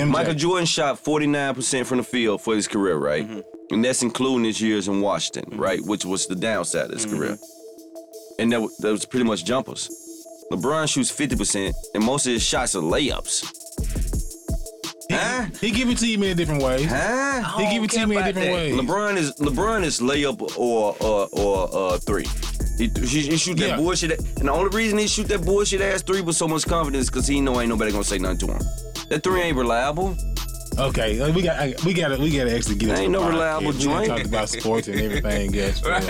MJ. Michael Jordan shot 49% from the field for his career, right? Mm-hmm. And that's including his years in Washington, right? Which was the downside of his career. Mm-hmm. And that, wa- that was pretty much jumpers. LeBron shoots 50%, and most of his shots are layups. Huh? He give it to you in different ways. Huh? He give it to me in different ways. LeBron is LeBron is layup or or or uh, three. He, he, he shoot that Yeah. bullshit, and the only reason he shoot that bullshit ass three with so much confidence because he know ain't nobody gonna say nothing to him. That three ain't reliable. Okay, uh, we got I- we got we got to actually get into Ain't the no podcast. reliable We done joint. talked about sports and everything else for, Right,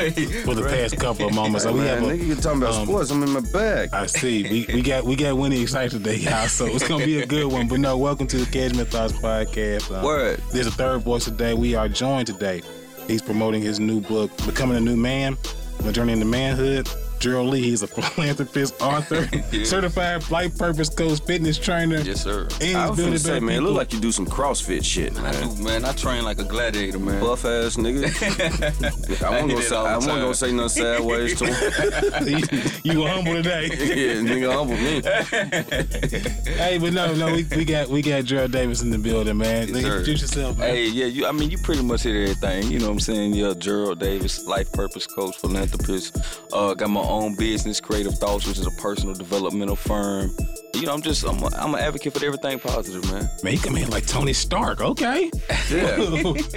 for the right. past couple of moments. So we Man, have a, nigga, you talking about um, sports? I'm in my bag. I see. We, we got we got Winnie excited today, y'all. So it's gonna be a good one. But no, welcome to the Cashman Thoughts podcast. Um, Word. There's a third voice today. We are joined today. He's promoting his new book, Becoming a New Man, My Journey into Manhood. Gerald Lee, he's a philanthropist, author, certified life purpose coach, fitness trainer, Yes, sir. and I he's was building gonna say, better man, it look people. like you do some CrossFit shit, I man. do, man. I train like a gladiator, man. Buff ass nigga. I I won't hit go it say all the I won't time. go say nothing sideways to him. you, you were humble today. yeah, nigga, humble me. hey, but no, no, we, we got we got Gerald Davis in the building, man. Yes, sir. Introduce yourself, man. Hey, yeah, you. I mean, you pretty much hit everything. You know what I'm saying? Yeah, Gerald Davis, life purpose coach, philanthropist. Uh, got my own business, Creative Thoughts, which is a personal developmental firm. You know, I'm just, I'm, a, I'm an advocate for everything positive, man. Man, he come in like Tony Stark. Okay. Yeah,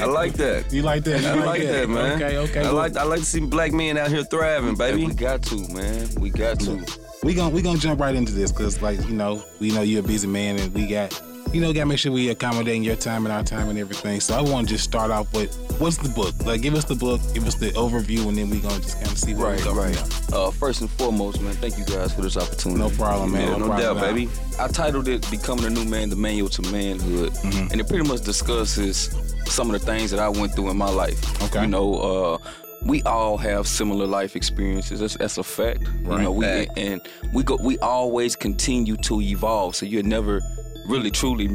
I like that. You like that? You I like that, man. Okay, okay. I like I like to see black men out here thriving, Hey, baby. we got to, man. We got to. we gonna we gonna jump right into this because like you know we know you're a busy man and we got you know gotta make sure we accommodating your time and our time and everything. So I want to just start off with what's the book? Like give us the book, give us the overview, and then we gonna just kind of see where we Right, go from right. there. Uh, first and foremost, man, thank you guys for this opportunity. No problem, man. Yeah, no, no problem doubt, at all. baby. I titled it Becoming a New Man, The Manual to Manhood. Mm-hmm. And it pretty much discusses some of the things that I went through in my life. Okay. You know, uh, we all have similar life experiences. That's, that's a fact. Right. You know, we Fact. and we go we always continue to evolve. So you'll never really truly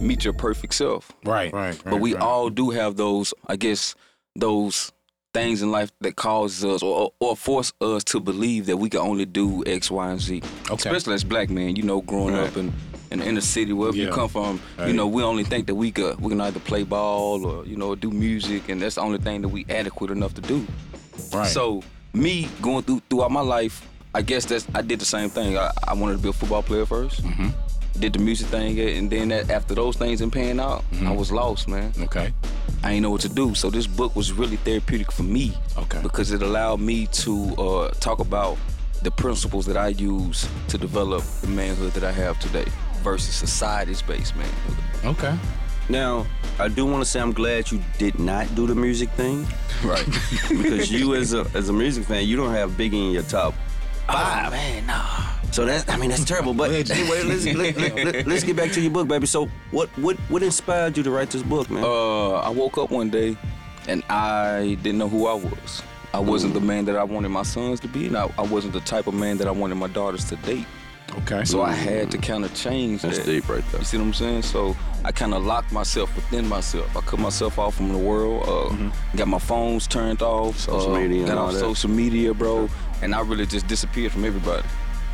meet your perfect self. Right, right. But we all do have those, I guess, those things in life that cause us or, or force us to believe that we can only do X, Y, and Z. Okay. Especially as black men, you know, growing Right. up in, in the inner city, wherever Yeah. you come from, Right. you know, we only think that we could we can either play ball or, you know, do music and that's the only thing that we adequate enough to do. right. So me going through throughout my life, I guess that's I did the same thing. I, I wanted to be a football player 1st Mm-hmm. Did the music thing, and then that, after those things and paying out, I Mm-hmm. was lost, man. okay, I ain't know what to do. So this book was really therapeutic for me. Okay. Because it allowed me to uh, talk about the principles that I use to develop the manhood that I have today versus society's based manhood. okay. Now, I do want to say I'm glad you did not do the music thing Right. because you as a as a music fan, you don't have Biggie in your top. Five. Oh, man, nah. So that's I mean that's terrible. But Legend. anyway, let's let, let, us get back to your book, baby. So what what what inspired you to write this book, man? Uh, I woke up one day and I didn't know who I was. I wasn't the man that I wanted my sons to be, and I, I wasn't the type of man that I wanted my daughters to date. Okay. So I had to kind of change That's that. deep right there. You see what I'm saying? So I kind of locked myself within myself. I cut myself off from the world. Uh, Mm-hmm. Got my phones turned off. Social uh, media and Got all off that. social media, bro. And I really just disappeared from everybody.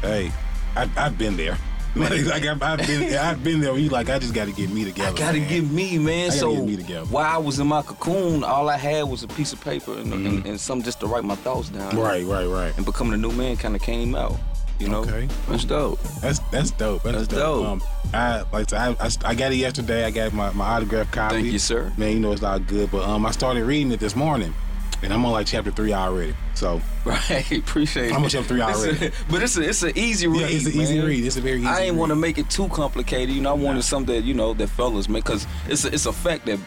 Hey, I, I've been there. Like, I've, I've been, I've been there. where You like, I just got to get me together. I gotta man. get me, man. gotta so get me together. while I was in my cocoon, all I had was a piece of paper and, and, and something just to write my thoughts down. Mm-hmm. Right, right, right. And becoming a new man kind of came out. You know. Okay. that's dope. That's that's dope. That's, That's dope. Um, dope. I like I, I I got it yesterday. I got my, my autograph copy. Thank you, sir. Man, you know it's all good, but um, I started reading it this morning, and I'm on like chapter three already. So Right. Appreciate it. I'm gonna jump three It's a- already. But it's a it's an easy read. yeah, it's an easy man. read. It's a very easy. I ain't want to read. make it too complicated. You know, I wanted something that you know that fellas make because it's a, it's a fact that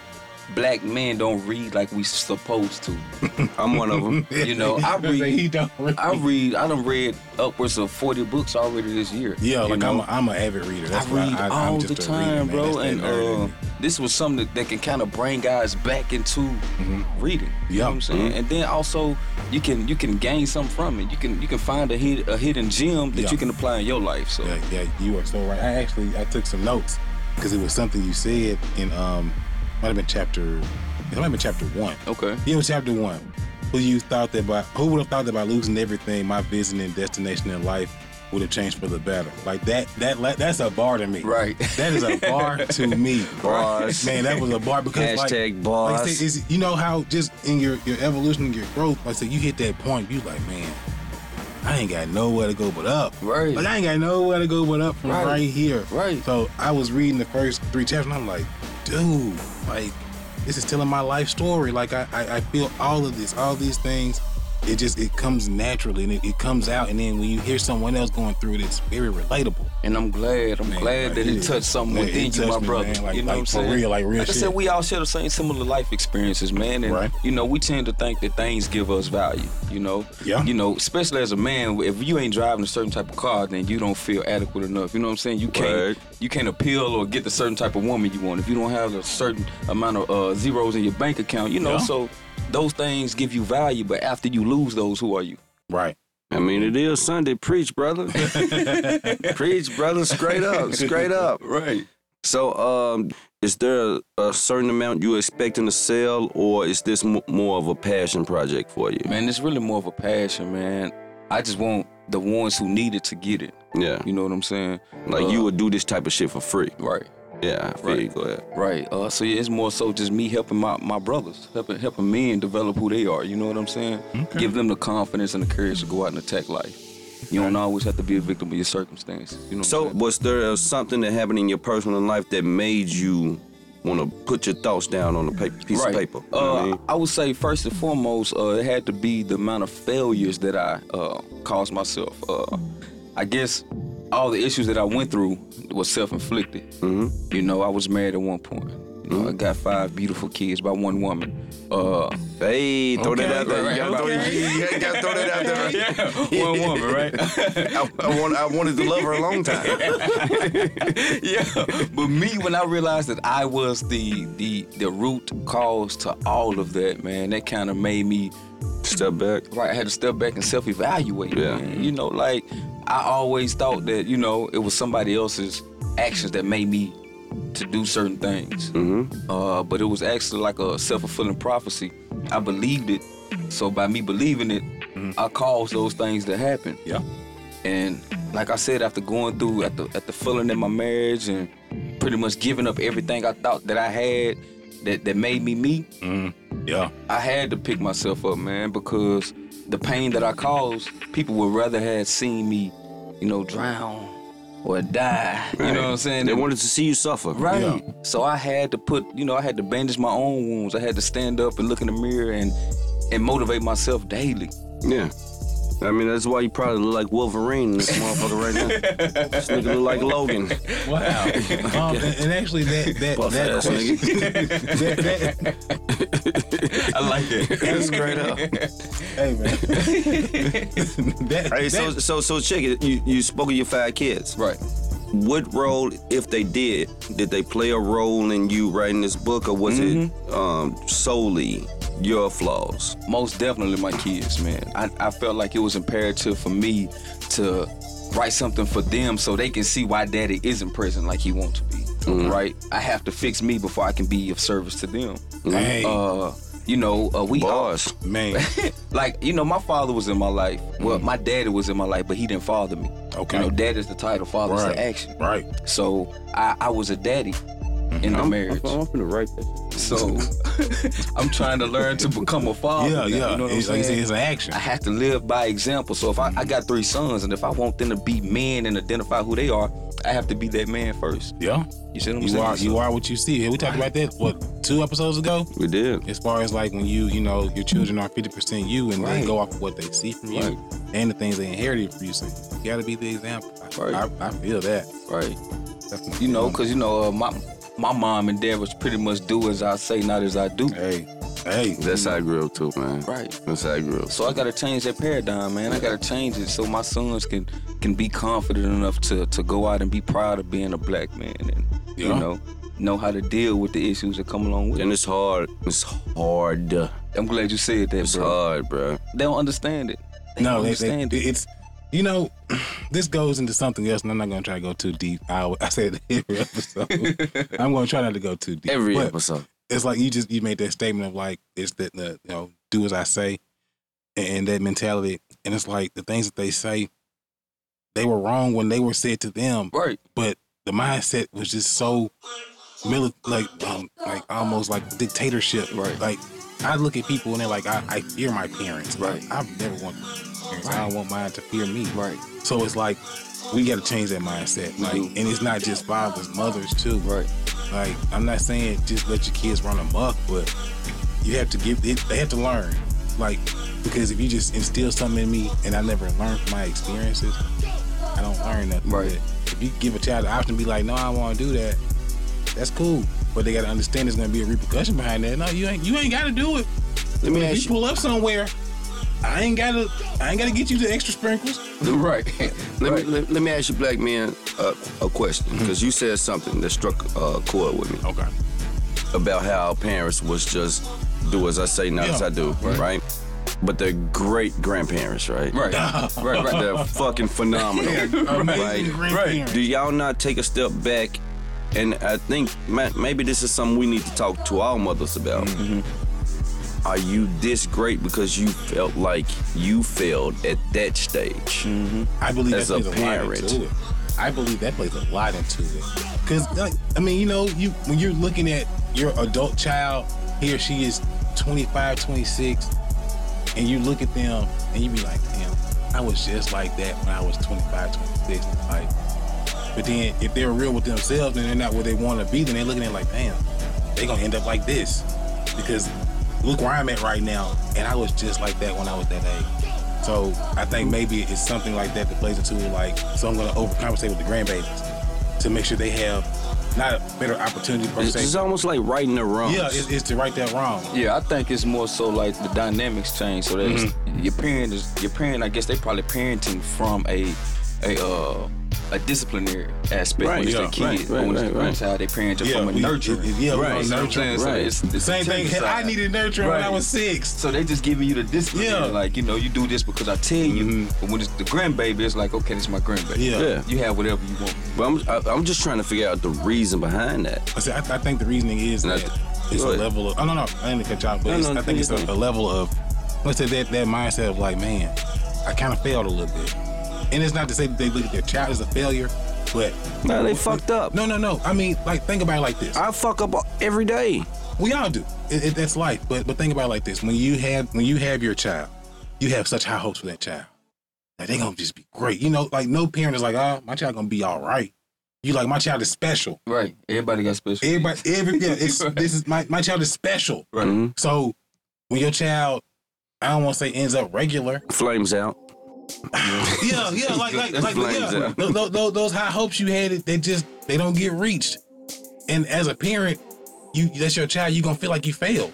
black men don't read like we supposed to. I'm one of them. You know, I They say he read. don't. Read. I read. I done read upwards of forty books already this year. yeah, you like know? I'm a, I'm an avid reader. I That's why read I, all I'm the just a reader, man. time, bro. That's that And nerd in uh, me. this was something that, that can kind of bring guys back into reading. You know Mm-hmm. Yeah. Mm-hmm. what I'm saying? And then also you can you can gain something from it. You can you can find a hid, a hidden gem that Yeah. you can apply in your life. So Yeah, yeah, you are so right. I actually I took some notes because it was something you said in um might have been chapter it might have been chapter one. okay. Yeah, it was chapter one. Who you thought that by who would have thought that by losing everything, my vision and destination in life would have changed for the better. Like that, that la- that's a bar to me. Right. That is a bar to me. Bars. Man, that was a bar because like- Hashtag like, bars. I said, it's- you know how just in your your evolution, your growth, like I said, you hit that point, you like, man, I ain't got nowhere to go but up. Right. Like I ain't got nowhere to go but up from Right. right, here. Right. So I was reading the first three chapters and I'm like, dude, like this is telling my life story. Like I, I, I feel all of this, all these things. It just it comes naturally and it, it comes out and then when you hear someone else going through it, it's very relatable. And I'm glad. I'm Man, glad like, that yeah. it touched something Yeah, it within you, touched my me, brother. man. Like- you know like, what I'm for saying? real, like real I said, shit. we all share the same similar life experiences, man. And Right. you know, we tend to think that things give us value. You know, Yeah. You know, especially as a man, if you ain't driving a certain type of car, then you don't feel adequate enough. You know what I'm saying? You can't Right. you can't appeal or get the certain type of woman you want if you don't have a certain amount of uh, zeros in your bank account. You know, Yeah. so those things give you value, but after you lose those, who are you? Right. I mean, it is Sunday. Preach, brother. Preach, brother. Straight up. Straight up. Right. So, um, is there a, a certain amount you expecting to sell, or is this m- more of a passion project for you? Man, it's really more of a passion, man. I just want the ones who need it to get it. Yeah, You know what I'm saying? like you would do this type of shit for free. Right. uh, Yeah, I feel Right. you. Go ahead. Right. Uh, so yeah, it's more so just me helping my, my brothers, helping helping men develop who they are. You know what I'm saying? Give them the confidence and the courage to go out and attack life. You don't always have to be a victim of your circumstances. You know. What So, I'm saying? was there something that happened in your personal life that made you want to put your thoughts down on a pa- piece right. of paper? You know what I Uh, mean? I would say first and foremost, uh, it had to be the amount of failures that I uh, caused myself. Uh, I guess all the issues that I went through was self-inflicted. Mm-hmm. You know, I was married at one point. You know, I got five beautiful kids by one woman. Uh, Hey, throw that Okay, out there. right, You gotta, throw, you gotta throw that out there. yeah, one woman, right? I, I, want, I wanted to love her a long time. yeah. But me, when I realized that I was the the the root cause to all of that, man, that kind of made me Step back. like I had to step back and self evaluate. Yeah. You know, like I always thought that you know it was somebody else's actions that made me to do certain things. Mm-hmm. Uh, but it was actually like a self fulfilling prophecy. I believed it, so by me believing it, I caused those things to happen. Yeah. And like I said, after going through at the at the feeling in my marriage and pretty much giving up everything I thought that I had that, that made me me, Yeah. I had to pick myself up, man, because the pain that I caused, people would rather have seen me, you know, drown or die. You know what I'm saying? They wanted to see you suffer. Right. Yeah. So I had to put, you know, I had to bandage my own wounds. I had to stand up and look in the mirror and and motivate myself daily. Yeah. I mean, that's why you probably look like Wolverine, this motherfucker right now. This nigga look like Logan. Wow. um, and, and actually that that Buff that ass question that, that, I like that. That's straight up. Hey man. that, Hey, so, that- so, so, check it. You, you spoke of your five kids. right. What role, if they did, did they play a role in you writing this book, or was it um, solely your flaws? most definitely my kids, man. I, I felt like it was imperative for me to write something for them so they can see why daddy isn't present like he wants to be. Mm-hmm. Right? I have to fix me before I can be of service to them. hey, Uh, you know, uh, we all- Bars. man. like you know, my father was in my life. Well, my daddy was in my life, but he didn't father me. Mm-hmm. Okay. You know, dad is the title, father is Right. the action. Right. So I, I was a daddy Mm-hmm. in the marriage. gonna write that. So I'm trying to learn to become a father. Yeah, yeah. now, oh, You know what I'm it's, saying? like you said, it's an action. I have to live by example. So if I, I got three sons, and if I want them to be men and identify who they are, I have to be that man first. Yeah. You see what I'm You saying? are you are what you see. We talked about that what two episodes ago? We did. as far as like when you you know your children are 50% you and Right. they go off of what they see from you Right. and the things they inherited from you so you gotta be the example I, Right. I, I feel that right. That's my You know, feeling. because you know, uh, my my mom and dad was pretty much do as I say, not as I do. hey hey That's how I grew up too, man. Right. That's how I grew up. So I gotta change that paradigm, man. I gotta change it so my sons can can be confident enough to to go out and be proud of being a black man, and you Yeah. know, know how to deal with the issues that come along with And it. it's hard. It's hard. I'm glad you said that, It's bro. hard, bro. They don't understand it. They no don't they, they, understand it. it's you know this goes into something else and I'm not gonna try to go too deep I, I said it every episode I'm gonna try not to go too deep Every but episode. it's like you just you made that statement of like it's that the you know do as I say and, and that mentality and it's like the things that they say they were wrong when they were said to them. Right. But the mindset was just so mili- like um, like almost like dictatorship. Right. Like I look at people and they're like, I, I fear my parents. Right. I, I've never wanted my parents. I don't want mine to fear me. Right. So it's like we got to change that mindset. Like, do. and it's not just fathers, mothers too. Right. Like I'm not saying just let your kids run amok, but you have to give it. They have to learn. Like because if you just instill something in me and I never learn from my experiences, I don't learn nothing. Right. But If you give a child the option, to be like, no, I want to do that. That's cool, but they got to understand there's going to be a repercussion behind that. No, you ain't. You ain't got to do it. Let me If ask you you. pull up somewhere, I ain't gotta. I ain't gotta get you the extra sprinkles. Right. Let, right. Mm-hmm. me, let, let me ask you, black man, uh, a question because you said something that struck a chord with me. Okay. about how our parents was just do as I say, not as Yeah. I do, right? But their great grandparents, right? Right. right. Right. They're fucking phenomenal. Amazing right? grandparents. Do y'all not take a step back? And I think ma- maybe this is something we need to talk to our mothers about. Mm-hmm. Mm-hmm. Are you this great because you felt like you failed at that stage? I believe as that a plays a, lot parent. into it. I believe that plays a lot into it. Cause like, I mean, you know, you when you're looking at your adult child, he or she is 25, 26, and you look at them and you be like, damn, I was just like that when I was 25, 26. Like, but then if they're real with themselves and they're not where they want to be, then they're looking at it like, damn, they gonna end up like this. Because look where I'm at right now, and I was just like that when I was that age. So I think maybe it's something like that that plays into it. Like, so I'm gonna overcompensate with the grandbabies to make sure they have not a better opportunity per It's, it's se. almost like right and wrong. Yeah, it's, it's to right that wrong. Yeah, I think it's more so like the dynamics change. So that it's- Mm-hmm. your parent is your parent. I guess they probably parenting from a a uh a disciplinary aspect Right, when it's yeah, their kid. right, right, but when right, it's right. the grandchild, they parent Yeah, from a we- nurture. it- it- yeah, we Right. gonna nurture. Right. So it's, it's Same the thing. tender I side. needed nurturing when I Right. was six. So they just giving you the discipline. Yeah. Mm-hmm. Like, you know, you do this because I tell you. But when it's the grandbaby, it's like, okay, this is my grandbaby. Yeah. Yeah. You have whatever you want. But I'm, I, I'm just trying to figure out the reason behind that. I, said, I, I think the reasoning is And I that th- it's a go ahead. level of. Oh no, no, I didn't cut you off, but No, it's, no, I think no, it's you're a, a level of. What's that, that? That mindset of like, man, I kind of failed a little bit, and it's not to say that they look at their child as a failure, but No, they fucked up. No, no, no. I mean, like, think about it like this. Uh, I fuck up every day. We all do. It, it, that's life. But but think about it like this: when you have when you have your child, you have such high hopes for that child. Like they gonna just be great. You know, like no parent is like, oh, my child gonna be all right. You like my child is special. Right. Everybody got special. needs. Everybody, every yeah, it's, Right. this is my my child is special. Right. Mhm. So when your child, I don't want to say ends up regular. Flames out. Yeah, yeah, like like like Flames yeah. out. Those, those, those, those high hopes you had, they just they don't get reached. And as a parent, you that's your child. You gonna feel like you failed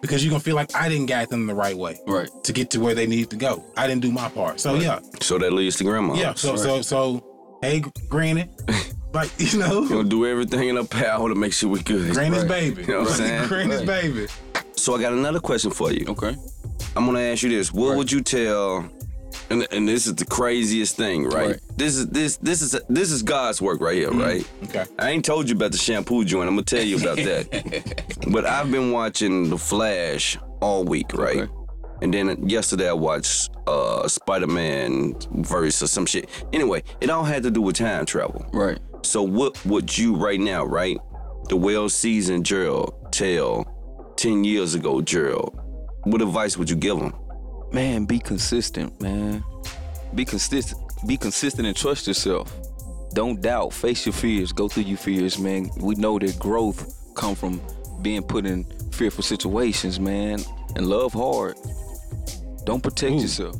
because you gonna feel like I didn't guide them the right way Right. to get to where they needed to go. I didn't do my part. So yeah, So that leads to grandma. yeah. So so so hey, granny, like you know, Gonna do everything in her power to make sure we good. granny's Right. baby, You know what I'm saying? granny's Right. baby. So I got another question for you. Okay. I'm gonna ask you this. What Right. would you tell? And, and this is the craziest thing, right? Right. This is this this is this is God's work right here, right? Okay. I ain't told you about the shampoo joint. I'm gonna tell you about that. but I've been watching The Flash all week, right? Okay. And then yesterday I watched uh, Spider-Man verse or some shit. Anyway, it all had to do with time travel. Right. So what would you right now, right? The well-seasoned Gerald tell ten years ago, Gerald. What advice would you give him? Man, be consistent, man. Be consistent. Be consistent and trust yourself. Don't doubt. Face your fears. Go through your fears, man. We know that growth come from being put in fearful situations, man. And love hard. Don't protect yourself.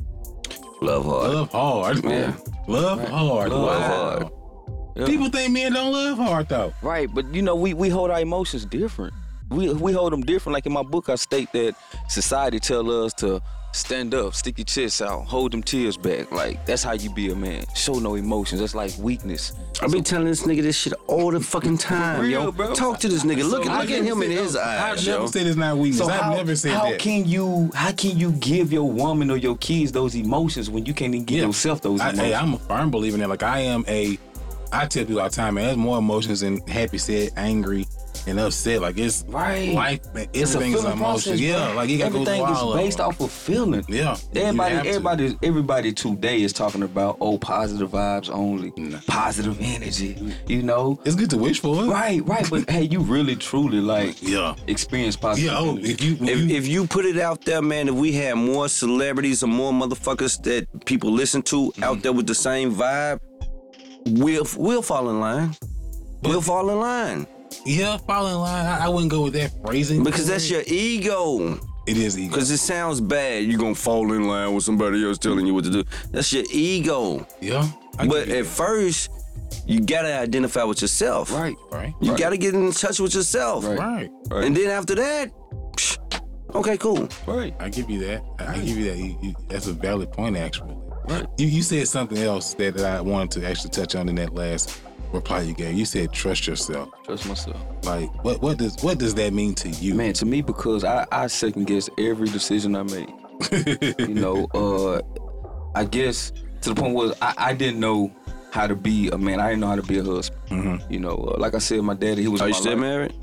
Love hard. Love hard. Yeah. Love hard. Love Love Wow. hard. Yeah. People think men don't love hard though. Right, but you know, we, we hold our emotions different. We we hold them different. Like in my book, I state that society tell us to stand up, stick your chest out, hold them tears back. Like that's how you be a man. Show no emotions. That's like weakness. I been telling this nigga this shit all the fucking time, Real, yo. bro. Talk to this nigga. look So look I at him never in said his no. eyes, I've yo. never said it's not weakness. So I've how, never said how that. can you how can you give your woman or your kids those emotions when you can't even give Yeah. yourself those I, emotions? hey, I'm a firm believer in that. Like I am a, I tell people all the time, man, there's more emotions than happy, sad, angry, and upset. Like it's Right. life, man. Everything is feeling emotional. process, Yeah, bro. like you got to go through everything all of is based them. off of feeling. Yeah, you Everybody, have to. everybody, everybody today is talking about oh, positive vibes only, Nah. positive energy. You know, It's good to wish for it. right, right. But hey, you really, truly like Yeah. experience positive. Yeah. Oh, energy. if you, when If, you if you put it out there, man, if we had more celebrities or more motherfuckers that people listen to out there with the same vibe, we'll we'll fall in line. We'll fall in line yeah fall in line, I, I wouldn't go with that phrasing because that's your ego. It is ego. Because it sounds bad. You're gonna fall in line with somebody else telling you what to do. That's your ego. Yeah. I get But it. at first, you gotta identify with yourself. right, right. You Right. gotta get in touch with yourself. Right. Right. right, And then after that, psh, okay, cool. right, I give you that. I, I give you that. You, you, that's a valid point, actually. Right. You, you said something else that, that I wanted to actually touch on in that last reply you gave. You said trust yourself. Trust myself. Like, what what does what does that mean to you? Man, to me, because I, I second guess every decision I make. you know, uh, I guess to the point was I, I didn't know how to be a man. I didn't know how to be a husband. You know, uh, like I said, my daddy, he was. Mm-hmm. Are you in my still life. married?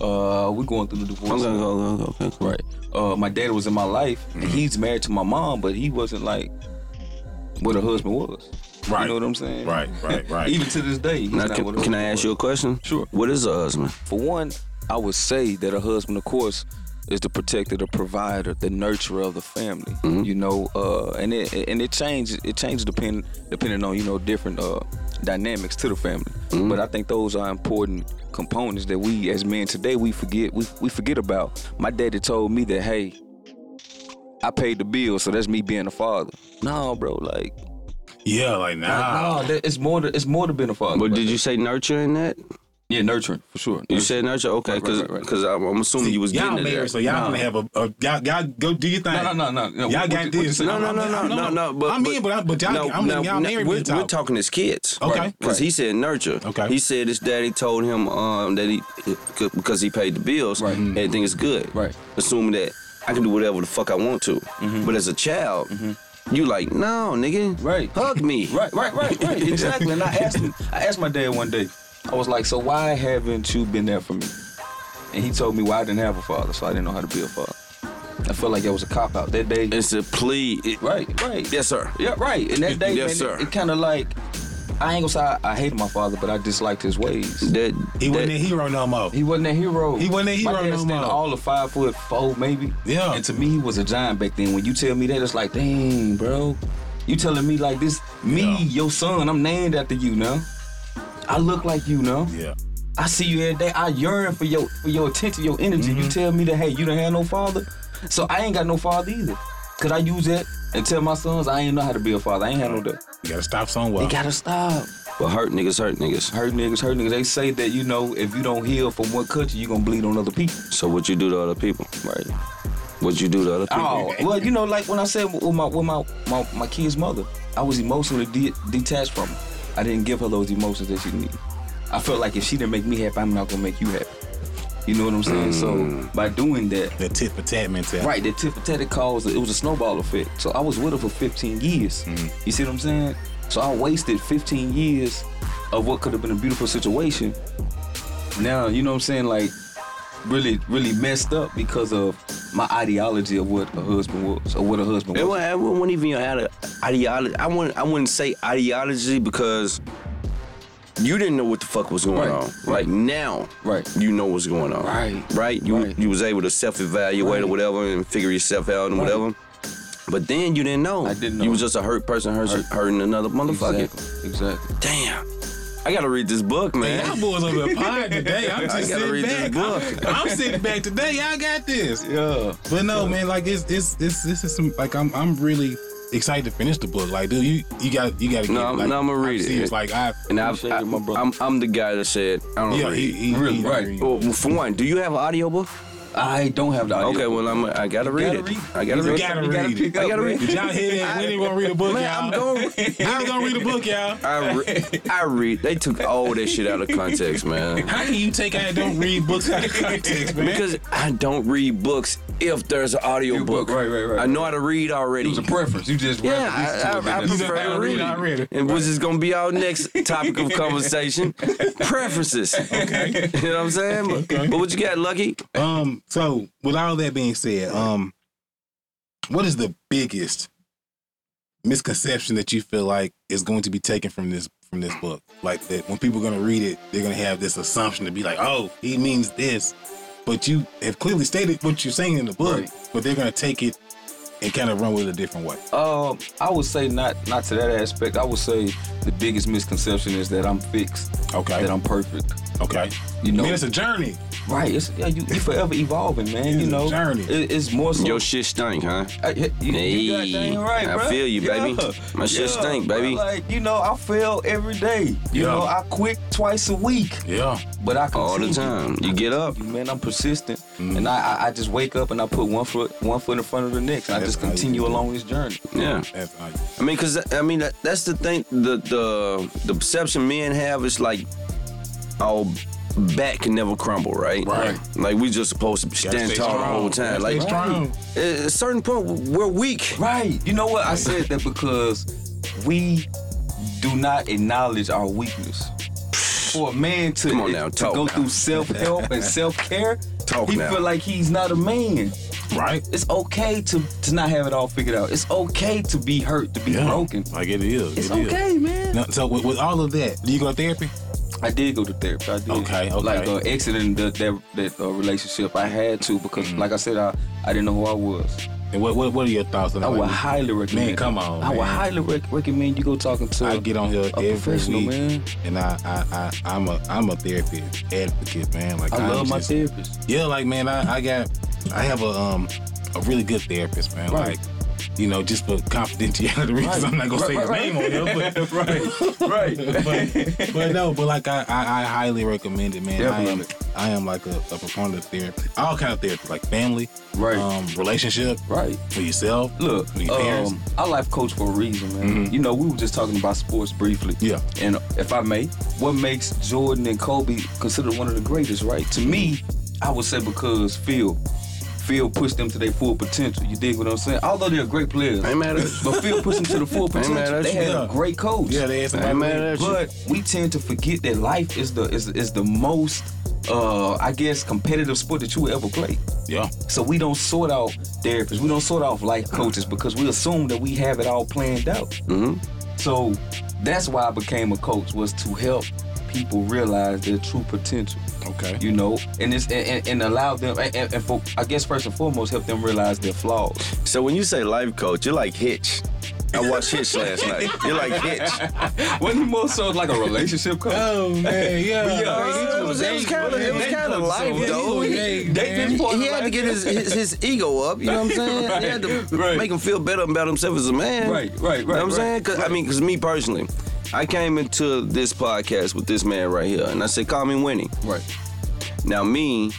Uh, we going through the divorce. Okay, okay, okay, okay. Right. Uh, my dad was in my life, Mm-hmm. and he's married to my mom, but he wasn't like what a husband was. Right. You know what I'm saying? Right, right, right. Even to this day, he's Now, not what can, a can I husband ask was. you a question? Sure. What is a husband? For one, I would say that a husband, of course, is the protector, the provider, the nurturer of the family. Mm-hmm. You know, uh, and it and it changes it changes depend depending on you know different uh, dynamics to the family. Mm-hmm. But I think those are important components that we as men today we forget we, we forget about. My daddy told me that hey, I paid the bill, so that's me being a father. No, bro, like yeah, like nah. no, that, it's more to, it's more to being a father. But bro. did you say nurture in that? yeah nurturing for sure? You said nurture? Okay, Right, because right, right, right. I'm, I'm assuming you was y'all getting married, it there. so y'all Nah. gonna have a, a y'all, y'all go do your thing. No, no, no, no, no. Y'all got What- what- what you this. say? no, no, I'm- no, I'm- no, I'm- no, no. But, I'm in, but I, but y'all, no, I'm no, y'all no, married. We're, we we're talking as kids. Okay. Because he said nurture. Okay. He said his daddy told him um, that he because he paid the bills. Mm-hmm. Right. Everything is good. Right. Mm-hmm. Assuming that I can do whatever the fuck I want to. But as a child, you like no, nigga. Right. Hug me. Right, right, right, right. Exactly. And I asked him, I asked my dad one day, I was like, so why haven't you been there for me? And he told me why I didn't have a father, so I didn't know how to be a father. I felt like that was a cop out. That day, It's a plea. It- right, right. Yes, sir. Yeah, right. And that day, Yes, man, it- sir. it, kind of like, I ain't gonna say I, I hated my father, but I disliked his ways. That he wasn't a that, hero no more. He wasn't a hero. He wasn't a hero My dad no standing more. all of five foot four, maybe. Yeah. And to me, he was a giant back then. When you tell me that, it's like, dang, bro. You telling me like this, me, Yeah. your son, I'm named after you now. I look like you now. yeah, I see you every day. I yearn for your for your attention, your energy. Mm-hmm. You tell me that hey, you don't have no father, so I ain't got no father either. Could I use that and tell my sons I ain't know how to be a father? I ain't had no dad. you gotta stop somewhere. They gotta stop. but hurt niggas, hurt niggas. Hurt niggas, hurt niggas. They say that you know if you don't heal from one culture, you gonna bleed on other people. So what you do to other people? Right. What you do to other people? Oh, well, you know, like when I said with my with my my, my kid's mother, I was emotionally de- detached from her. I didn't give her those emotions that she needed. I felt like if she didn't make me happy, I'm not gonna make you happy. You know what I'm saying? So by doing that, The tit for tat mentality. right, that tit for tat it caused it was a snowball effect. So I was with her for 15 years. You see what I'm saying? So I wasted 15 years of what could have been a beautiful situation. Now you know what I'm saying, like really, really messed up because of my ideology of what a husband was or what a husband It was. wa- it wasn't even your ide- ideology. I wouldn't. I wouldn't say ideology because you didn't know what the fuck was going Right. on. Like now, Right. You know what's going on. Right. Right. You Right. you was able to self evaluate or Right. whatever and figure yourself out and Right. whatever. But then you didn't know. I didn't You know. was just a hurt person hurt, hurting another motherfucker. Exactly. Exactly. Damn. I gotta read this book, man. Y'all boys over there pine today. I'm I just gotta sitting read this back. book. I'm, I'm sitting back today. Y'all got this. Yeah. But no, man, like it's it's this this is some like I'm I'm really excited to finish the book. Like, dude, you you got you got to get No, it. I'm- Like, no, I'ma read it. serious. Like I And I've, Appreciate I, it, my brother. I'm I'm the guy that said I don't yeah, read. he, he, Really, he- right. he- Well, for one, do you have an audiobook? I don't have the audio. Okay, well I'm I gotta read gotta it. read. I gotta You read gotta it. You gotta read pick it. up, I gotta man. read Did y'all hear that? We didn't want to read the book, Man, y'all. I'm going. I was gonna read the book, y'all. I, re- I read. They took all that shit out of context, man. How can you take I don't read books out of context, man? Because I don't read books if there's an audio book. Right, right, right. I know how to read already. It was a preference. You just Yeah, referenced I- to it. I- I That's- prefer to read. I read it. and which is gonna be our next topic of conversation: preferences. Okay, you know what I'm saying? But, but what you got, Lucky? Um, so with all that being said, um, what is the biggest misconception that you feel like is going to be taken from this from this book? Like that when people are gonna read it, they're gonna have this assumption to be like, oh, he means this. But you have clearly stated what you're saying in the book, Right. but they're gonna take it and kind of run with it a different way. Um, I would say not not to that aspect. I would say the biggest misconception is that I'm fixed, Okay. that I'm perfect. okay. You know, I mean, it's a journey. right? It's yeah, you you forever evolving, man. It's You a know, journey. It, it's more so. Your shit stink, huh? I, you, you got Hey, that thing right, I bruh. feel you, baby. My shit stink, bruh, baby. Like you know, I fail every day. You Yeah. know, I quit twice a week, Yeah. but I continue. All the time. You get up. Man, I'm persistent, Mm. and I, I I just wake up and I put one foot one foot in front of the next, and I That's just how you continue do it. along this journey. Yeah. That's I I mean, cause I mean that, that's the thing. The the the perception men have is like, our back can never crumble, right? Right. Like we just supposed to Gotta stand stay tall the whole strong. time. Gotta Like stay strong. at a certain point, we're weak. Right. You know what? I said that because we do not acknowledge our weakness. For a man to, Come on now, to talk go now. through self help and self care, Talk he now. feel like he's not a man. Right? It's okay to to not have it all figured out. It's okay to be hurt, to be broken. Like it is. It's it is. okay, man. Now, so with, with all of that, do you go to therapy? I did go to therapy. I did. Okay, okay. Like uh, exiting the, that that uh, relationship, I had to because, Mm. like I said, I, I didn't know who I was. And what what, what are your thoughts on that? I would Like, highly recommend. come on, I would man. highly rec- recommend you go talking to. I get on here a every professional, week, man. and I, I, I, I'm a, I'm a therapy advocate, man. Like I I'm love my just- therapist. Yeah, like man, I, I got, I have a, um, a really good therapist, man. Right. Like, you know, just for confidentiality reasons, I'm not gonna say his name on here, but right, right. but, but no, but like I, I, I highly recommend it, man. Definitely. I am I am like a, a proponent of therapy, all kind of therapy, like family, Right. um, relationship, Right. for yourself, Look, for your parents. Mm-hmm. um, I life coach for a reason, man. You know, we were just talking about sports briefly. Yeah. And if I may, what makes Jordan and Kobe considered one of the greatest, right? To me, I would say because Phil. Phil pushed them to their full potential. You dig what I'm saying? Although they're great players. Ain't mad at But Phil pushed them to the full Ain't mad potential. at They you. had Yeah. a great coach. yeah, they had I ain't somebody. mad at you. But we tend to forget that life is the is, is the most uh I guess competitive sport that you will ever play. Yeah, So we don't sort out therapists, we don't sort out life coaches because we assume that we have it all planned out. Mhm. So that's why I became a coach was to help people realize their true potential, okay. you know, and it's and, and, and allow them and, and, and for, I guess first and foremost help them realize their flaws. So when you say life coach, you're like Hitch. I watched Hitch last night. You're like Hitch. Wasn't he more so like a relationship coach? Oh man, yeah. Uh, it was- it was kinda- it was kinda life, though. He had to get his, his, his ego up. You know what I'm saying? He had to Right. make him feel better about himself as a man. Right, right, right, You know what I'm right, saying? 'Cause- I mean, because me personally, I came into this podcast with this man right here, and I said, "Call me Winnie." Right. Now, me,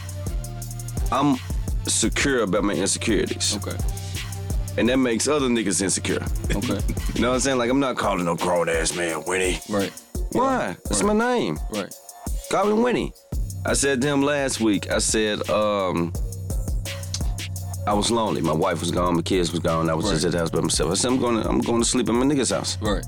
I'm secure about my insecurities, Okay. and that makes other niggas insecure. Okay. You know what I'm saying? Like, I'm not calling no grown ass man Winnie. right. Why? That's my name. Right. Call me Winnie. I said to him last week, I said, um, I was lonely. My wife was gone, my kids was gone. I was just Right. at the house by myself. I said, I'm going to, I'm going to sleep in my nigga's house. Right.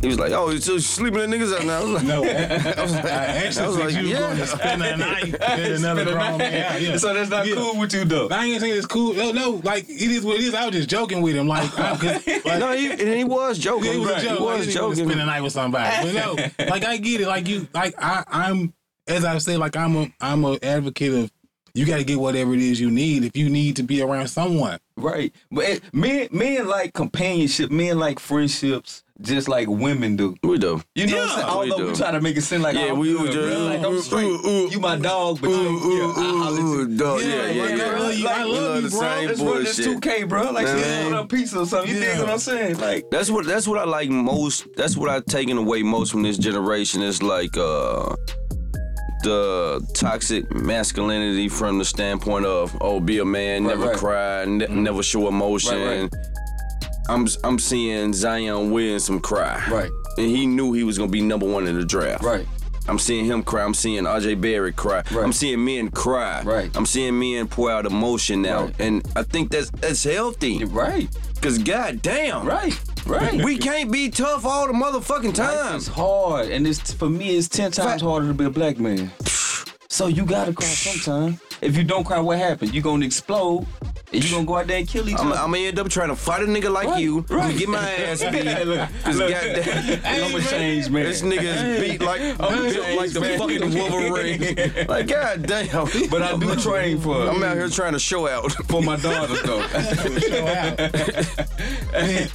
He was like, oh, you still sleeping in the nigga's house now? I was like, No, I actually I was think like, you yeah. were going to spend a night in another grown man. Yeah, yeah. So that's not Yeah. cool with you though. I ain't saying it's cool. No, no, like it is what it is. I was just joking with him. Like, I, 'cause, like no, he, and he was joking. it was a joke. I He was didn't even joking. Spend a night with somebody. But no, like I get it. Like you, like I, I'm as I say, like I'm a, I'm a advocate of you got to get whatever it is you need if you need to be around someone. Right. But eh, men men like companionship, men like friendships, just like women do. We do. You know what I'm saying? Yeah, we Although we do. try to make it seem like Yeah, I'm we good, would bro. just- like ooh, I'm straight. ooh, ooh. you my dog, but Ooh, you- yeah, ooh, I holler at you. ooh, dog. Yeah, yeah, like, I yeah. love you. I Like, love, we love you, the bro. same Let's run this bullshit. 2K, bro. Like, Nah, she's man. on a pizza or something. You Yeah. dig what I'm saying? Like, That's what that's what I like most. That's what I've taken away most from this generation is like uh the toxic masculinity from the standpoint of oh be a man, Right, never right. cry, ne- never show emotion. Right, right. I'm I'm seeing Zion Williamson cry. Right. And he knew he was gonna be number one in the draft. Right. I'm seeing him cry. I'm seeing RJ Barrett cry. Right. I'm seeing men cry. Right. I'm seeing men pour out emotion now. Right. And I think that's that's healthy. Right. Cause goddamn. Right. Right. We can't be tough all the motherfucking Life time. is hard, and it's for me, it's ten times Fact. harder to be a black man. So you gotta cry sometime. If you don't cry, what happened? You gonna explode, and you gonna go out there and kill each I'm, other. I'm gonna end up trying to fight a nigga like Right, you right. and get my ass beat. Look, Cause look. goddamn, I'm a changed man. this nigga is beat like I'm a built like the changed fucking man. Wolverine. like goddamn. But I do train for I'm out here trying to show out. for my daughter though. So,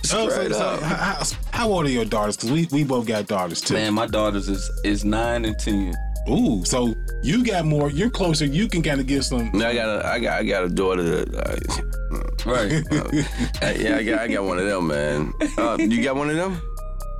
so, Straight so up. how, how old are your daughters? Because we, we both got daughters too. Man, my daughters is is nine and ten. Ooh, so you got more. You're closer. You can kind of give some. Now I got a, I got, I got a daughter. That, Right. uh, yeah, I got, I got one of them, man. Uh, you got one of them?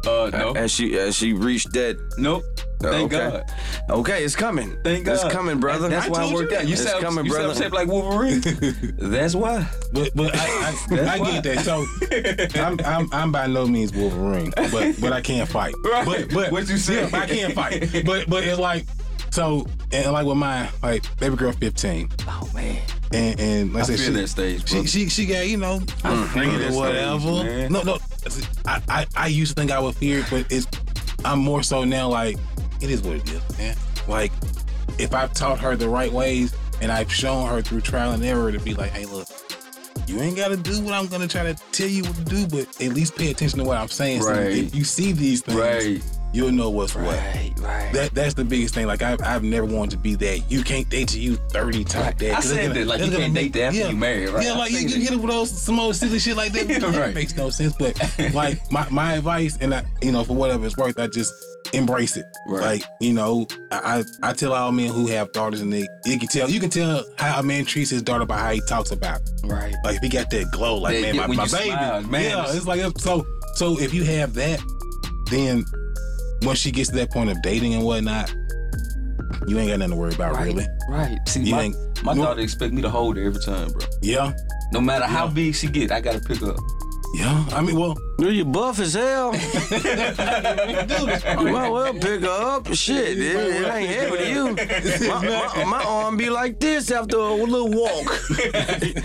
Uh, no. As she, as she reached that. Nope. uh, Thank okay. God. Okay, it's coming. Thank God. It's coming, brother. That's why I told worked you out. You that. sound, It's coming, you brother. sound shaped like Wolverine. That's why. But but I I, I That's why. get that. So I'm, I'm I'm by no means Wolverine, but but I can't fight. Right. But but What you said. Yeah, I can't fight. But but it's like so and like with my like baby girl 15 Oh man. and and let's I say feel she, that stage, bro. she she she got you know feel that drinking or stage, whatever. man. no no, I, I I used to think I would fear it, but it's I'm more so now like it is what it is, man. Like if I've taught her the right ways and I've shown her through trial and error to be like, hey, look, you ain't gotta do what I'm gonna try to tell you what to do, but at least pay attention to what I'm saying. So Right. if you see these things, Right. you'll know what's what. Right. Right. That, that's the biggest thing. Like I've, I've never wanted to be that. You can't date to you thirty type Right. dad. I 'Cause it's said gonna- that, like, it's you gonna can't make- date after you married, right? Yeah, I like you, seen you that. hit it with those some old silly shit like that. It Right. makes no sense. But like my, my advice, and I, you know, for whatever it's worth, I just embrace it. Right. Like you know, I I I tell all men who have daughters, and they you can tell you can tell how a man treats his daughter by how he talks about. It. Right. Like if he got that glow, like That- man, yeah, my, when my you baby, smile, man, yeah, it's- it's like it's- so. So if you have that, then once she gets to that point of dating and whatnot, you ain't got nothing to worry about, Right. really. Right. See, You my, ain't- my no- daughter expect me to hold her every time, bro. Yeah, No matter how big she get, I gotta pick her up. yeah. I mean, well, Dude, you buff as hell. you might well pick her up. Shit, it, it ain't heavy to you. My, my, my arm be like this after a little walk.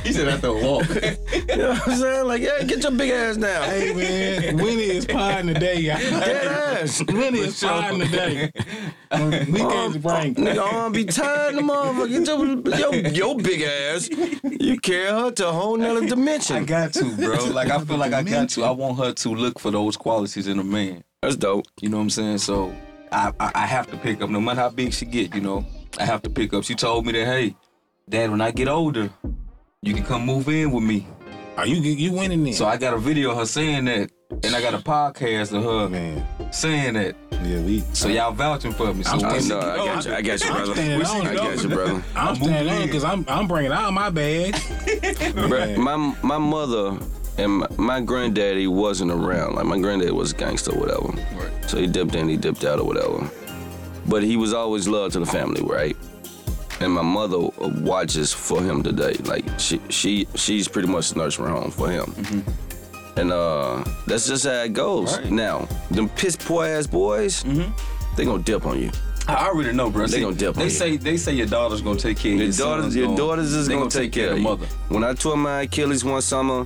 He said after a walk. You know what I'm saying? Like, yeah, get your big ass down. hey man, Winnie is fine today, Dead y'all. ass. Winnie is fine today. We can't bring. Nigga, arm be tired the motherfucker. Get your, your, your big ass. You carry her to a whole nother I dimension. got to, bro. Like I feel like I got to. I want her to look for those qualities in a man. That's dope. You know what I'm saying? So I, I I have to pick up no matter how big she get. You know, I have to pick up. She told me that hey, Dad, when I get older, you can come move in with me. Oh, Are you you winning then? So I got a video of her saying that, and I got a podcast of her man, saying that. yeah, we. So y'all vouching for me. So I'm when I she know. get I got you. Oh, I got you, brother. standing on I it. got you, brother. I'm standing on because I'm I'm bringing out my bag. Bruh, my my mother and my, my granddaddy wasn't around. Like my granddad was a gangster, or whatever. So he dipped in, he dipped out, or whatever. But he was always love to the family, right? And my mother watches for him today. Like she she she's pretty much the nursery home for him. And uh, that's just how it goes. Right. Now, them piss poor ass boys, they gonna dip on you. I already know, bro. They gonna dip on They you. say they say your daughter's gonna take care of Your your daughters, son's your gonna- daughters is they gonna, take care of you. mother. When I tore my Achilles one summer,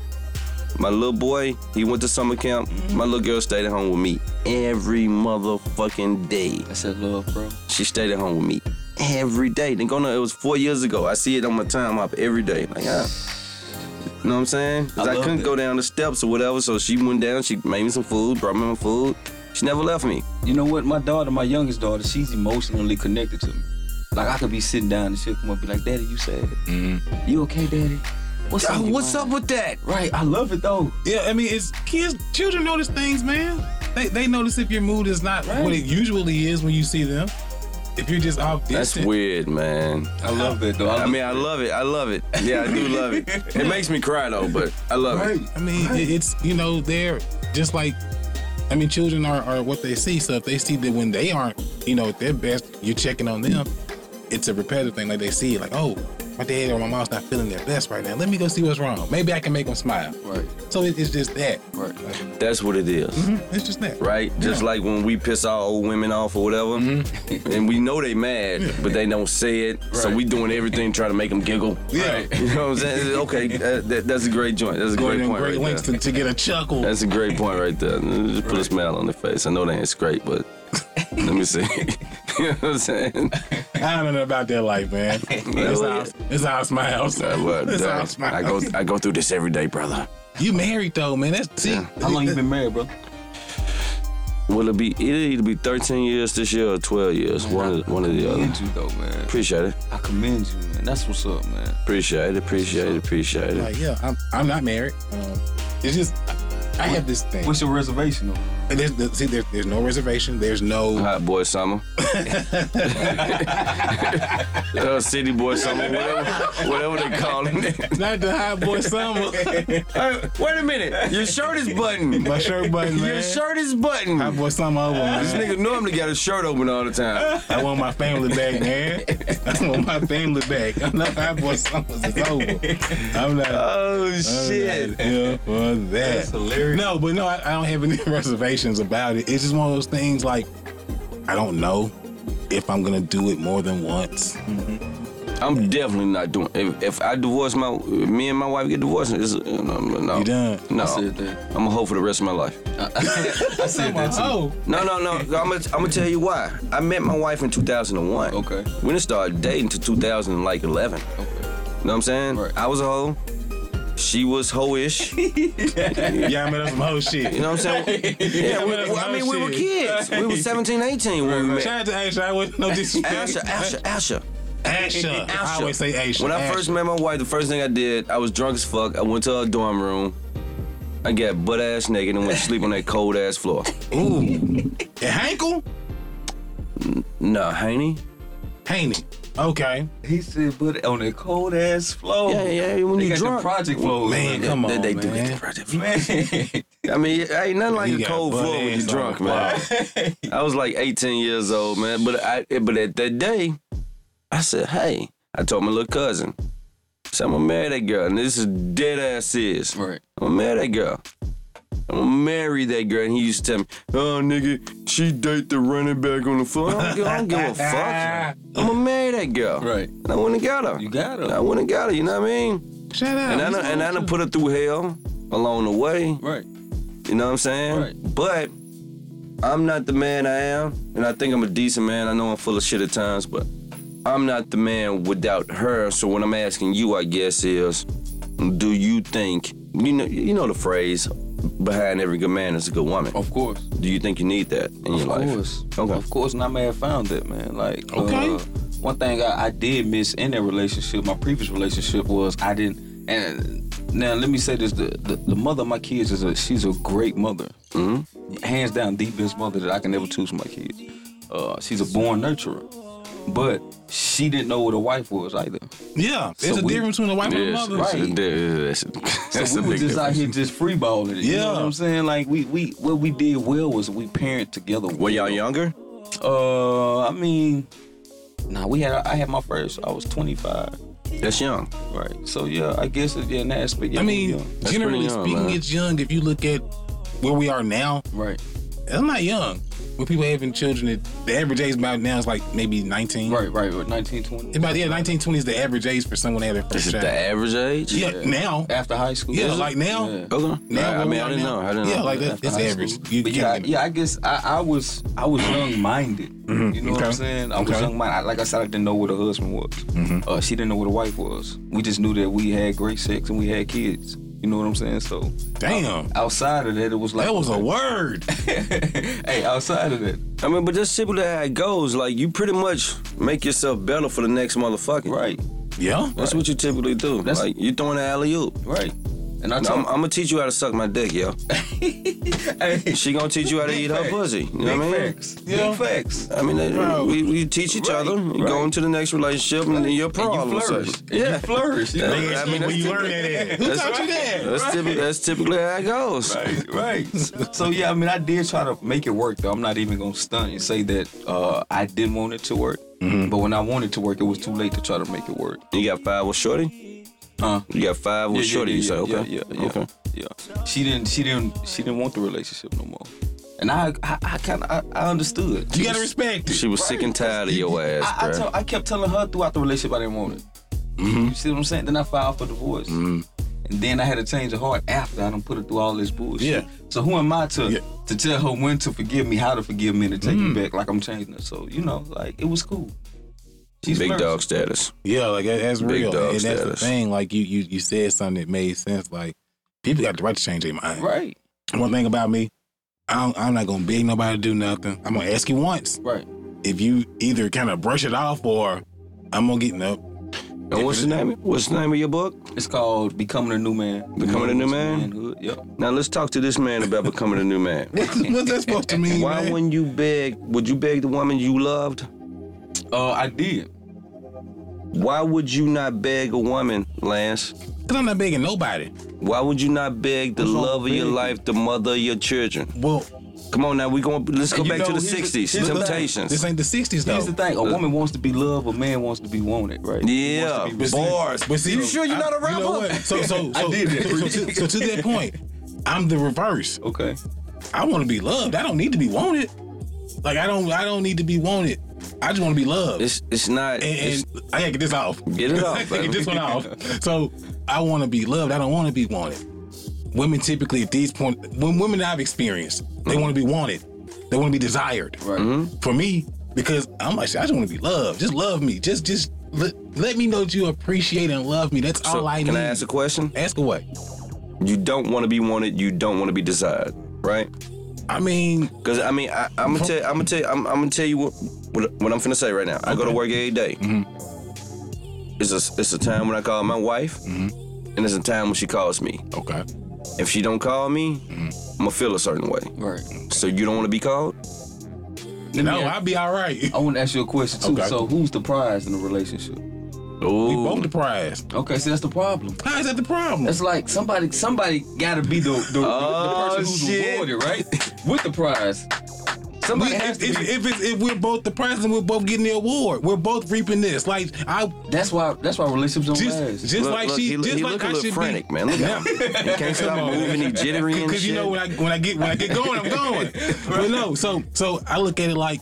my little boy, he went to summer camp. My little girl stayed at home with me every motherfucking day. I said, love, bro. She stayed at home with me every day. Then going to, it was four years ago. I see it on my time hop every day. Like, ah. You know what I'm saying? 'Cause I I, love couldn't that. go down the steps or whatever, so she went down. She made me some food, brought me my food. She never left me. You know what? My daughter, my youngest daughter, she's emotionally connected to me. Like I could be sitting down and she'll come up and be like, Daddy, you sad? Mm-hmm. You okay, Daddy? What's up? What's up with that? Right, I love it though. Yeah, I mean, it's kids. Children notice things, man. They they notice if your mood is not what it usually is when you see them. If you're just off That's distant. weird, man. I love that though. I mean, I love it. I love it. Yeah, I do love it. It makes me cry though, but I love it. I mean, it- it's you know they're just like, I mean, children are, are what they see. So if they see that when they aren't, you know, at their best, you're checking on them. it's a repetitive thing. Like they see, it, like, oh, my dad or my mom's not feeling their best right now. Let me go see what's wrong. Maybe I can make them smile. Right. So it, it's just that. Right. Like, That's what it is. mhm, it's just that. right? Just like when we piss our old women off or whatever, Mm-hmm. and we know they mad, but they don't say it, so Right. we doing everything trying to make them giggle. Yeah. You know what I'm saying? Okay, that, that- that's a great joint. That's a Going great in point great right lengths there. to, to get a chuckle. That's a great point right there. Just put a smile on their face. I know they ain't straight, but let me see. you know what I'm saying? I don't know about that life, man. That's how, that's how I smiles. Uh, well, That's how I dang, I go smiles. I go through this every day, brother. You married though, man. That's see, How long you been married, bro? Will it be it'll either be 13 years this year or 12 years? One of- one or the I other. commend you though, man. Appreciate it. I commend you, man. That's what's up, man. Appreciate it. Appreciate it. Appreciate it. like yeah, I'm, I'm not married. Um, it's just I have this thing. Mm. What's your reservation though? And there's, the- see, there's, there's no reservation. There's no. Hot boy summer. uh, city boy summer, whatever, whatever they call it. Not the hot boy summer. Uh, wait a minute. Your shirt is buttoned. My shirt button, man. Your shirt is Hot buttoned. boy summer over, This man. nigga normally got his shirt open all the time. I want my family back, man. I want my family back. I'm not hot boy summer. It's over. I'm not. Oh, I'm shit. not here for that. hilarious. No, but no, I, I don't have any reservations about it. It's just one of those things like I don't know if I'm gonna do it more than once. I'm definitely not doing If, if I divorce my, me and my wife get divorced, it's, uh, no, no. You done? No. I said that. I'm a hoe for the rest of my life. I said that too. Oh, No, no, no. I'm gonna I'm tell you why. I met my wife in 2001. Okay. We didn't start dating to 2011. Okay. You know what I'm saying? Right. I was a hoe. She was hoe-ish. You yeah, I met up some whole shit. know what I'm saying? yeah, we, well, I mean, we were kids. We were 17, 18 when we Shout met. out to Asha. I wasn't no disrespect. Asha, Asha, Asha. Asha. I Asha. always say Asha. When I Asha. first met my wife, the first thing I did, I was drunk as fuck. I went to her dorm room. I got butt ass naked and went to sleep on that cold ass floor. ooh, and Hankel, Nah, Haney. Haney. Okay, He said, but on a cold ass flow. Yeah, yeah. When They you Oh, got drunk, the project flow, man, come on, they, they do man. get the project. man. I mean, ain't nothing like You a got cold butt floor when ass you're drunk, on man. I was like 18 years old, man. But I, but at that day, I said, hey, I told my little cousin, so I'm gonna marry that girl, and this is dead ass is. Right. I'm gonna marry that girl. I'm gonna marry that girl, and he used to tell me, "Oh, nigga, she date the running back on the floor." I don't, give- I don't give a fuck. I'm gonna marry that girl. Right. And I went and got her. You got I him. went and got her. You know what I mean? Shout out. And I done, and I done put her through hell along the way. Right. You know what I'm saying? Right. But I'm not the man I am, and I think I'm a decent man. I know I'm full of shit at times, but I'm not the man without her. So what I'm asking you, I guess, is, do you think you know you know the phrase behind every good man is a good woman? Of course. Do you think you need that in your Of life? course. Okay. Of course, and I may have found that, man. Like, Okay. uh, one thing I, I did miss in that relationship, my previous relationship, was I didn't. And now let me say this: the, the, the mother of my kids is a she's a great mother, mm-hmm. hands down the best mother that I can ever choose for my kids. Uh, she's a born nurturer, but she didn't know what a wife was either. yeah, there's So a we- difference between a wife and a Yes, mother. that's, Right. that's, that's so a we were big just out difference. here just freeballing it. You know Yeah. what I'm saying? Like we we what we did well was we parent together. Were y'all well. younger? Uh, I mean, nah, we had I had my first. I was 25, That's young. right? So yeah, I guess it, yeah, in that aspect, yeah, I we mean, young. That's generally pretty young, speaking, man. it's young. If you look at where we are now, right, I'm not young. When people having children, it, the average age about now is like maybe 19. right, right, right, 19, 20, About yeah, 1920 is the average age for someone to have their Is first it child. the average age? yeah, now. after high school. Yeah, like now. Yeah. Okay. Now I where we mean, are I didn't now. know. I didn't Yeah, know. like that, After that's high average. school. You But can't yeah, even- yeah, I guess I, I was I was young minded. You know what Okay. I'm saying? I was Okay. young minded. Like I said, I didn't know what a husband was. Uh, she didn't know what a wife was. We just knew that we had great sex and we had kids. You know what I'm saying? So Damn. outside of that, it was like That was a word. hey, outside of that, I mean, but that's typically how it goes. Like you pretty much make yourself better for the next motherfucker. right, Yeah. That's what you typically do. That's- like you throwing an alley oop. right. And I I'm, told I'm gonna teach you how to suck my dick, yo. Hey, She gonna teach you how to eat her Big pussy. You know big what I mean? facts. Yeah. Big facts. I mean, Bro. uh, we, we teach each Right, other. You go right. into the next relationship, and then you're a And pro. all of you a sudden. flourish. And Yeah. You flourish. You That- know? I mean, where that's you learn that at? Who that's- taught you that? That's, typi- that's typically how it goes. Right, right. So yeah, I mean, I did try to make it work though. I'm not even gonna stunt and say that uh, I didn't want it to work. Mm-hmm. But when I wanted to work, it was too late to try to make it work. You got five with Shorty? Uh, You got five with Shorty, you say, okay. Yeah, yeah, yeah, okay. yeah. She didn't. She didn't. She didn't want the relationship no more. And I, I, I kind of, I, I understood. You gotta respect it. She was sick and tired of your ass, I, I, bruh. Mm-hmm. tell- I kept telling her throughout the relationship I didn't want it. You see what I'm saying? Then I filed for divorce. And then I had to change of heart after I done put her through all this bullshit. Yeah. So who am I to Yeah. to tell her when to forgive me, how to forgive me, and to take Mm. me back like I'm changing her? So you know, like it was cool. She's Big flirting. dog status. Yeah, like that, that's Big real, dog and that's status. the thing. Like you, you, you said something that made sense. Like people got the right to change their mind. Right. One thing about me, I don't, I'm not gonna beg nobody to do nothing. I'm gonna ask you once. Right. If you either kind of brush it off or I'm gonna get up. And what's the name? What's the name of your book? It's called becoming a new man. Becoming a New Man? Manhood. Yep. Now let's talk to this man about becoming a new man. What's, what's that supposed to mean? Why man? wouldn't you beg? Would you beg the woman you loved? Uh, I did. Why would you not beg a woman, Lance? 'Cause I'm not begging nobody. Why would you not beg the What's wrong love of with your begging? life, the mother of your children? Well, Come on now, we going to let's go You back to know, the here's the- sixties. here's the thing. this Temptations. ain't the '60s though. Here's the thing: a woman wants to be loved, a man wants to be wanted. Right. Oh. Uh. Yeah, But see- bars. But see, You sure you're I- not a You know what? rapper? So, so, so, I did that. so, to, so to that point, I'm the reverse. Okay. I want to be loved. I don't need to be wanted. Like I don't, I don't need to be wanted. I just want to be loved. It's it's not. and, it's- and I gotta get this off. Get it I off, gotta get baby. this one off. So I want to be loved. I don't want to be wanted. Women typically at these point, when women I've experienced, they want to be wanted. They want to be desired. Right. Mm-hmm. For me, because I'm like, shit, I just want to be loved. Just love me. Just, just let, let me know that you appreciate and love me. That's So, all I can need. I ask a question? Ask away. You don't want to be wanted. You don't want to be desired, right? I mean, Cause I mean, I, I'm gonna tell, I'm gonna tell, I'm, I'm gonna tell you what, what, what I'm finna say right now. I go to work every day. Mm-hmm. It's a, it's a time when I call my wife, and it's a time when she calls me. okay. If she don't call me, Mm-hmm. I'ma feel a certain way. Right. So you don't want to be called? You know, I'll be all right. I want to ask you a question too. Okay. So, who's the prize in the relationship? We Oh, both the prize. Okay, so that's the problem. How is that the problem? It's like somebody, somebody got to be the the, the- Oh, the person who's shit. rewarded, right? With the prize, We- somebody has if, to if, be. if, it's, if we're both the prize, then we're both getting the award. We're both reaping this. Like I that's why. That's why relationships don't just last. just look, like look, she he, just he like look I a should little be. frantic, man. Look at him. He can't Come stop on. moving. He jittery and Because shit. you know when I when I get when I get going, I'm going. But no, so so I look at it like,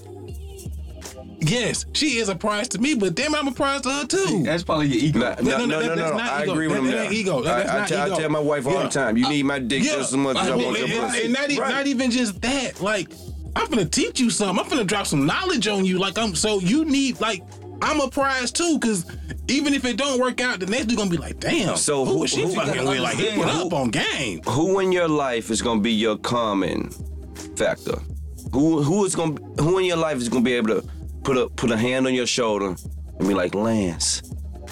yes, she is a prize to me, but damn, it, I'm a prize to her too. that's probably your ego. Nah, no, no, no, no, no, that- no, that's no. not I ego. agree with That- him. that now. ain't ego. That- I, that's I not tell, ego. I tell my wife all Yeah. the time, you need my dick Yeah. just as much as I Well, want your and, and- pussy. and not, e- Right. not even just that. Like, I'm gonna teach you something. I'm gonna drop some knowledge on you. Like, I'm so you need like I'm a prize too, cause even if it don't work out, the next dude gonna be like, damn. So who who- was she who- fucking with? Like, he put who- up on game. who in your life is gonna be your common factor? Who who is gonna who in your life is gonna be able to put a put a hand on your shoulder and be like, Lance,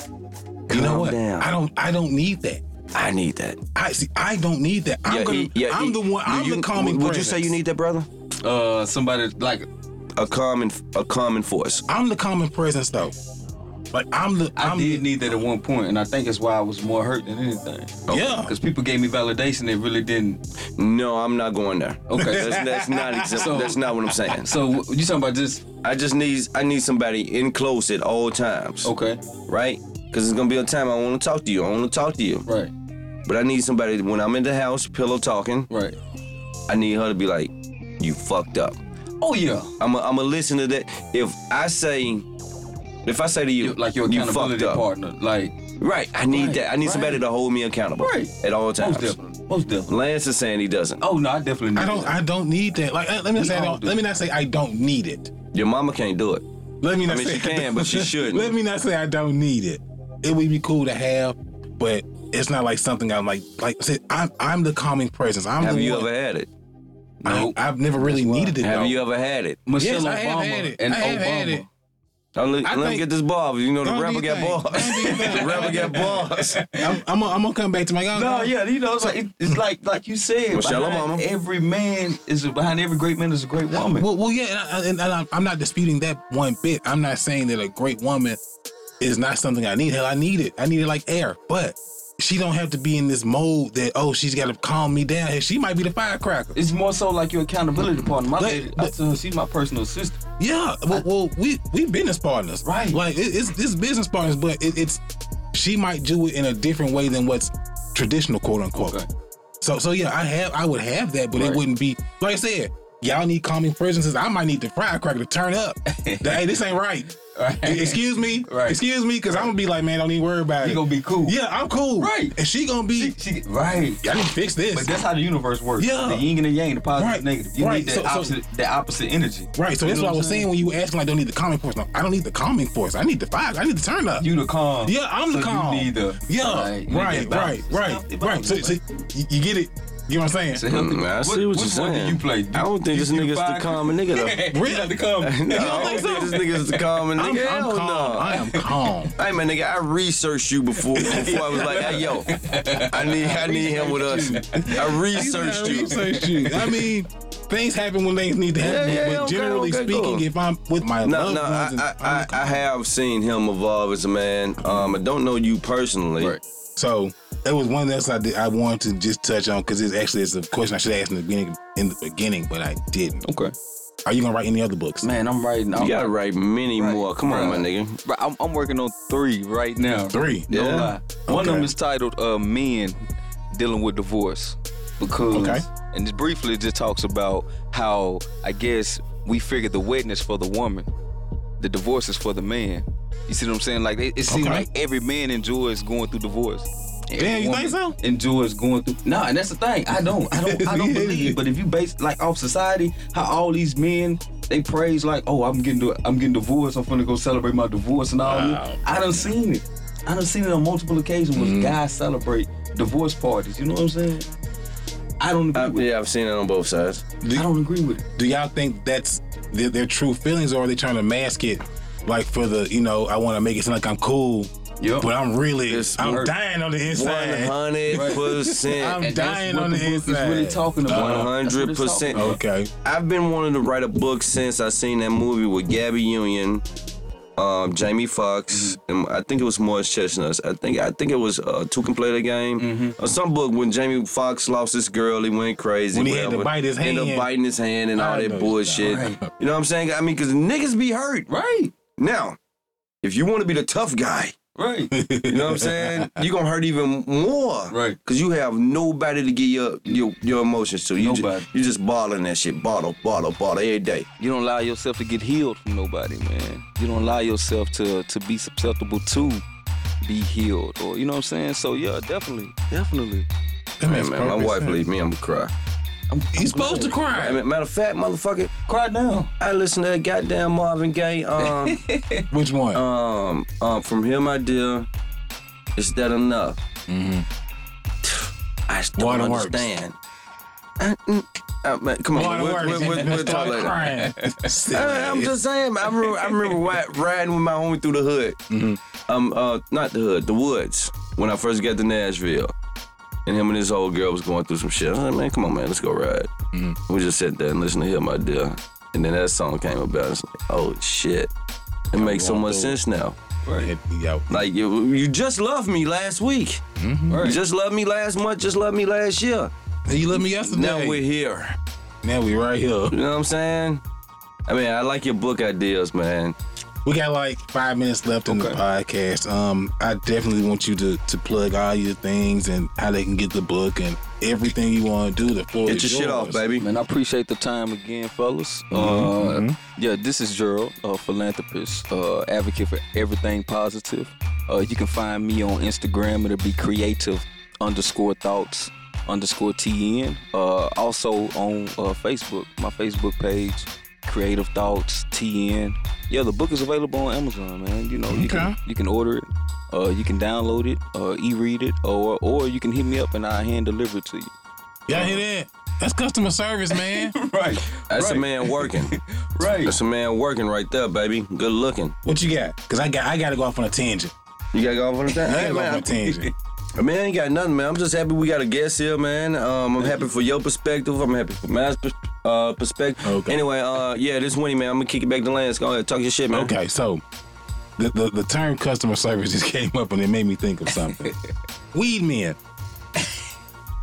You know calm what? down. I don't. I don't need that. I need that. I see. I don't need that. I'm Yeah, gonna. he- yeah, I'm he- the one. do I'm you- the calming. Would you say you presence. need that, brother? Uh, somebody like A common a common force. I'm the calming presence though. Like I'm the. I I'm did the, need that at one point, and I think that's why I was more hurt than anything. Yeah. because people gave me validation that really didn't. No, I'm not going there. Okay, That's, that's not exa- So- that's not what I'm saying. so you talking about just I just need I need somebody in close at all times, okay, right? Because it's gonna be a time I want to talk to you. I want to talk to you, right, but I need somebody when I'm in the house, pillow talking. right? I need her to be like, you fucked up. Oh yeah, I'm going to listen to that. If I say, if I say to you, You- like your you fucked accountability up. partner, like Right. I need Right, that. I need somebody right. to hold me accountable Right. at all most times. definitely, most definitely. Lance is saying he doesn't. Oh no, I definitely. Need I don't. that. I don't need that. Like uh, let me not We say. I all don't, do. let me not say I don't need it. Your mama can't do it. Let me not mean, say she can, but she shouldn't. Let me not say I don't need it. It would be cool to have, but it's not like something I'm like. Like I said, I'm I'm the calming presence. I'm Have the you one. ever had it? I, Nope. I've never really needed it. Have though. you ever had it? Michelle Yes, I Obama have had it. and I have had it. Obama. I'm li- I let me think- get this ball. You know, the Don't do rapper your got thing. balls. Don't do your the thing. rapper Don't got do balls. I'm I'm gonna I'm gonna come back to my guy. No, yeah, you know, it's like it- it's like like you said, Michelle behind Obama. every man is behind every great man is a great woman. Well, well, yeah, and, I, and, and I'm- I'm not disputing that one bit. I'm not saying that a great woman is not something I need. Hell, I need it. I need it like air. But she don't have to be in this mode that oh she's got to calm me down. Here. She might be the firecracker. It's more so like your accountability partner. My But- lady, I but- tell her she's my personal assistant. Yeah, well, well we we business partners, Right. Like it, it's it's business partners, but it, it's she might do it in a different way than what's traditional, quote unquote. Okay. So so yeah, I have I would have that, but Right. it wouldn't be like I said. Y'all need calming presences. I might need the firecracker to turn up. hey, this ain't right. Right. Excuse me. Right. Excuse me, because I'm gonna be like, man, don't even worry about You it. gonna be cool. yeah, I'm cool. Right. And she gonna She, be. she, right. I need to fix But this. that's how the universe works. Yeah. The yin and the yang, the positive Right. and negative. You Right. need that So- so- opposite that opposite energy. Right, so You that's know what I I'm was saying when you were asking, like, don't need the calming force. No, I don't need the calming force. I need the fire. I need the turn up. You the calm. Yeah, I'm so the calm. You need the yeah, you right, need right, that balance. right, It's right. healthy balance, So, man. so you, you get it. You know what I'm It's a saying? healthy Mm, I balance. see what you're Which one saying. do you play? I don't think You- this you nigga's the five- calm nigga, though. Really? You not the calm. No, don't I think don't think so? this nigga's the common I'm, nigga. I'm Hell calm. no. I am calm. Hey man, nigga, I researched you before before I was like, hey yo, I need I need him with us. I researched I you. researched you. I mean, things happen when things need to happen. yeah, but okay, generally okay, speaking, cool. if I'm with my No, loved no, ones, and I, I'm I, I, I calm. have seen him evolve as a man. Um, I don't know you personally. Right. so that was one of those I did, I wanted to just touch on because it's actually it's a question I should have asked in the beginning, in the beginning, but I didn't. Okay. Are you gonna write any other books? Man, I'm writing. I'm, You gotta write many Right. more. Come on, my Right. nigga. Bro, I'm, I'm working on three right now. Three. No Yeah. lie. One of Okay. them is titled uh, "Men Dealing with Divorce" because, Okay. and just briefly, it just talks about how I guess we figured the wedding is for the woman, the divorce is for the man. You see what I'm saying? Like it, it seems Okay. like every man enjoys going through divorce. And Damn, every you think woman so? Enjoys going through. Nah, and that's the thing. I don't. I don't. I don't Yeah. believe. But if you base like off society, how all these men they praise like, oh, I'm getting, di- I'm getting divorced. I'm finna go celebrate my divorce and all. Wow. I done seen it. I done seen it on multiple occasions when guys celebrate divorce parties. You know what I'm saying? I don't agree I, with it. yeah, I've seen it on both sides. yeah. I don't agree with it. do y'all think that's their, their true feelings or are they trying to mask it like for the you know i want to make it seem like i'm cool Yup. but i'm really It's i'm work. dying on the One inside hundred percent. I'm And that's dying what on the book is inside. really talking about. One That's what hundred it's talking percent. about. okay I've been wanting to write a book since I seen that movie with Gabby Union, um, Jamie Foxx, Mm-hmm. and I think it was Morris Chestnuts. I think I think it was uh, Two Can Play the Game Mm-hmm. or some book when Jamie Foxx lost his girl, he went crazy. When he had to whatever. bite his ended hand. up biting his hand and I all know that that. bullshit. Right. You know what I'm saying? I mean, because niggas be hurt. Right. Now, if you want to be the tough guy, Right. you know what I'm saying? You're gonna hurt even more. Right. Cause you have nobody to get your your, your emotions to. You Nobody. Just, you just bottling that shit. Bottle, bottle, bottle every day. you don't allow yourself to get healed from nobody, man. You don't allow yourself to to be susceptible to be healed, or you know what I'm saying. So yeah, definitely, definitely. that Man, makes man, my perfect wife sense. leave me, I'm gonna cry. I'm, I'm he's supposed to glad. I cry mean, matter of fact, motherfucker, cry now. I listen to that goddamn Marvin Gaye. Um, which one um, um, from him, I deal. Is that enough? Mm-hmm. I just don't Waterworks. understand. I- mm, I- man, come on, Water we'll, works. we'll- we'll- we'll talk Start later. crying. I, am Uh, just saying. I remember, I remember wi- riding with my homie through the hood. Um, uh, not the hood, the woods. When I first got to Nashville, and him and his old girl was going through some shit. I was like, man, come on, man, let's go ride. We just sat there and listened to him, my dear. And then that song came about. It's like, oh shit, it makes so going much through. sense now. Yo, Like you, you just loved me last week. You Right. just loved me last month. Just loved me last year. you love me yesterday. Now we're here. now we right here. You know what I'm saying? I mean, I like your book ideas, man. We got like five minutes left in the Okay. podcast. Um, I definitely want you to to plug all your things and how they can get the book and everything you want to do. The floor Get is your shit off, yours. baby. Man, I appreciate the time again, fellas. Mm-hmm, Uh, Yeah, this is Gerald, a philanthropist, uh, advocate for everything positive. Uh, you can find me on Instagram. It'll be creative underscore thoughts underscore TN. Uh, also on uh, Facebook, my Facebook page, creative thoughts TN. Yeah, the book is available on Amazon, man. You know, you, Okay. can, you can order it. Uh, you can download it, uh, e-read it, or or you can hit me up and I'll hand deliver it to you. Y'all hear that? That's customer service, man. Right, That's a man working. right. That's a man working right there, baby. Good looking. what you got? Cause I got I gotta go off on a tangent. You gotta go off on the time. I Hey, gotta go off on a man, tangent. I, man, I ain't got nothing, man. I'm just happy we got a guest here, man. Um, I'm happy for your perspective. I'm happy for my pers- uh, perspective. Okay. Anyway, uh, yeah, this Winnie, man. I'm gonna kick it back to Lance. Go ahead, talk your shit, man. Okay, so the, the, the term customer service just came up and it made me think of something. Weed men.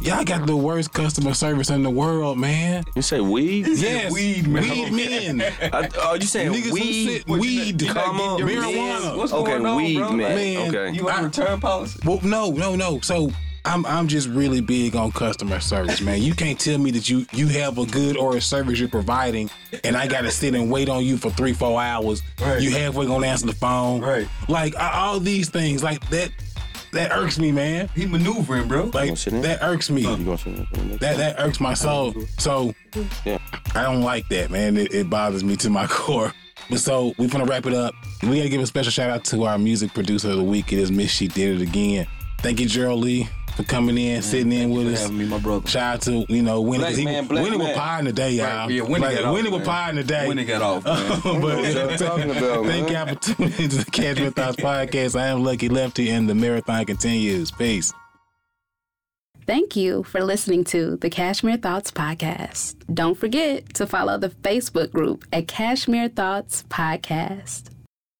Y'all got the worst customer service in the world, man. You say weed? Yes, weed men. Weed men. I, are you saying Niggas who weed? sit weed, you not comma, getting your marijuana. What's Okay, going on, weed bro? man. Man, Okay. You want a return policy? Well, no, no, no. So I'm I'm just really big on customer service, man. You can't tell me that you you have a good or a service you're providing, and I gotta sit and wait on you for three four hours. Right. You halfway gonna answer the phone, Right. Like I, all these things, like that that irks me, man. He maneuvering, bro. Like gonna sit in? that irks me. You gonna say That that irks my soul. Oh. So Yeah. I don't like that, man. It, it bothers me to my core. But so we're gonna wrap it up. We gotta give a special shout out to our music producer of the week. It is Miss She Did It Again. Thank you, Gerald Lee, for coming in, sitting in with us. having me, my brother. Shout out to you know Winnie. 'cause Black he, man, black Winnie was man. pie in the day, y'all. Right, yeah, Winnie like, got off, Winnie was man. pie in the day. When he got off, man. but talking about, thank man. y'all for tuning into the Catch with Thoughts podcast. I am Lucky Lefty, and the marathon continues. Peace. Thank you for listening to the Cashmere Thoughts Podcast. Don't forget to follow the Facebook group at Cashmere Thoughts Podcast.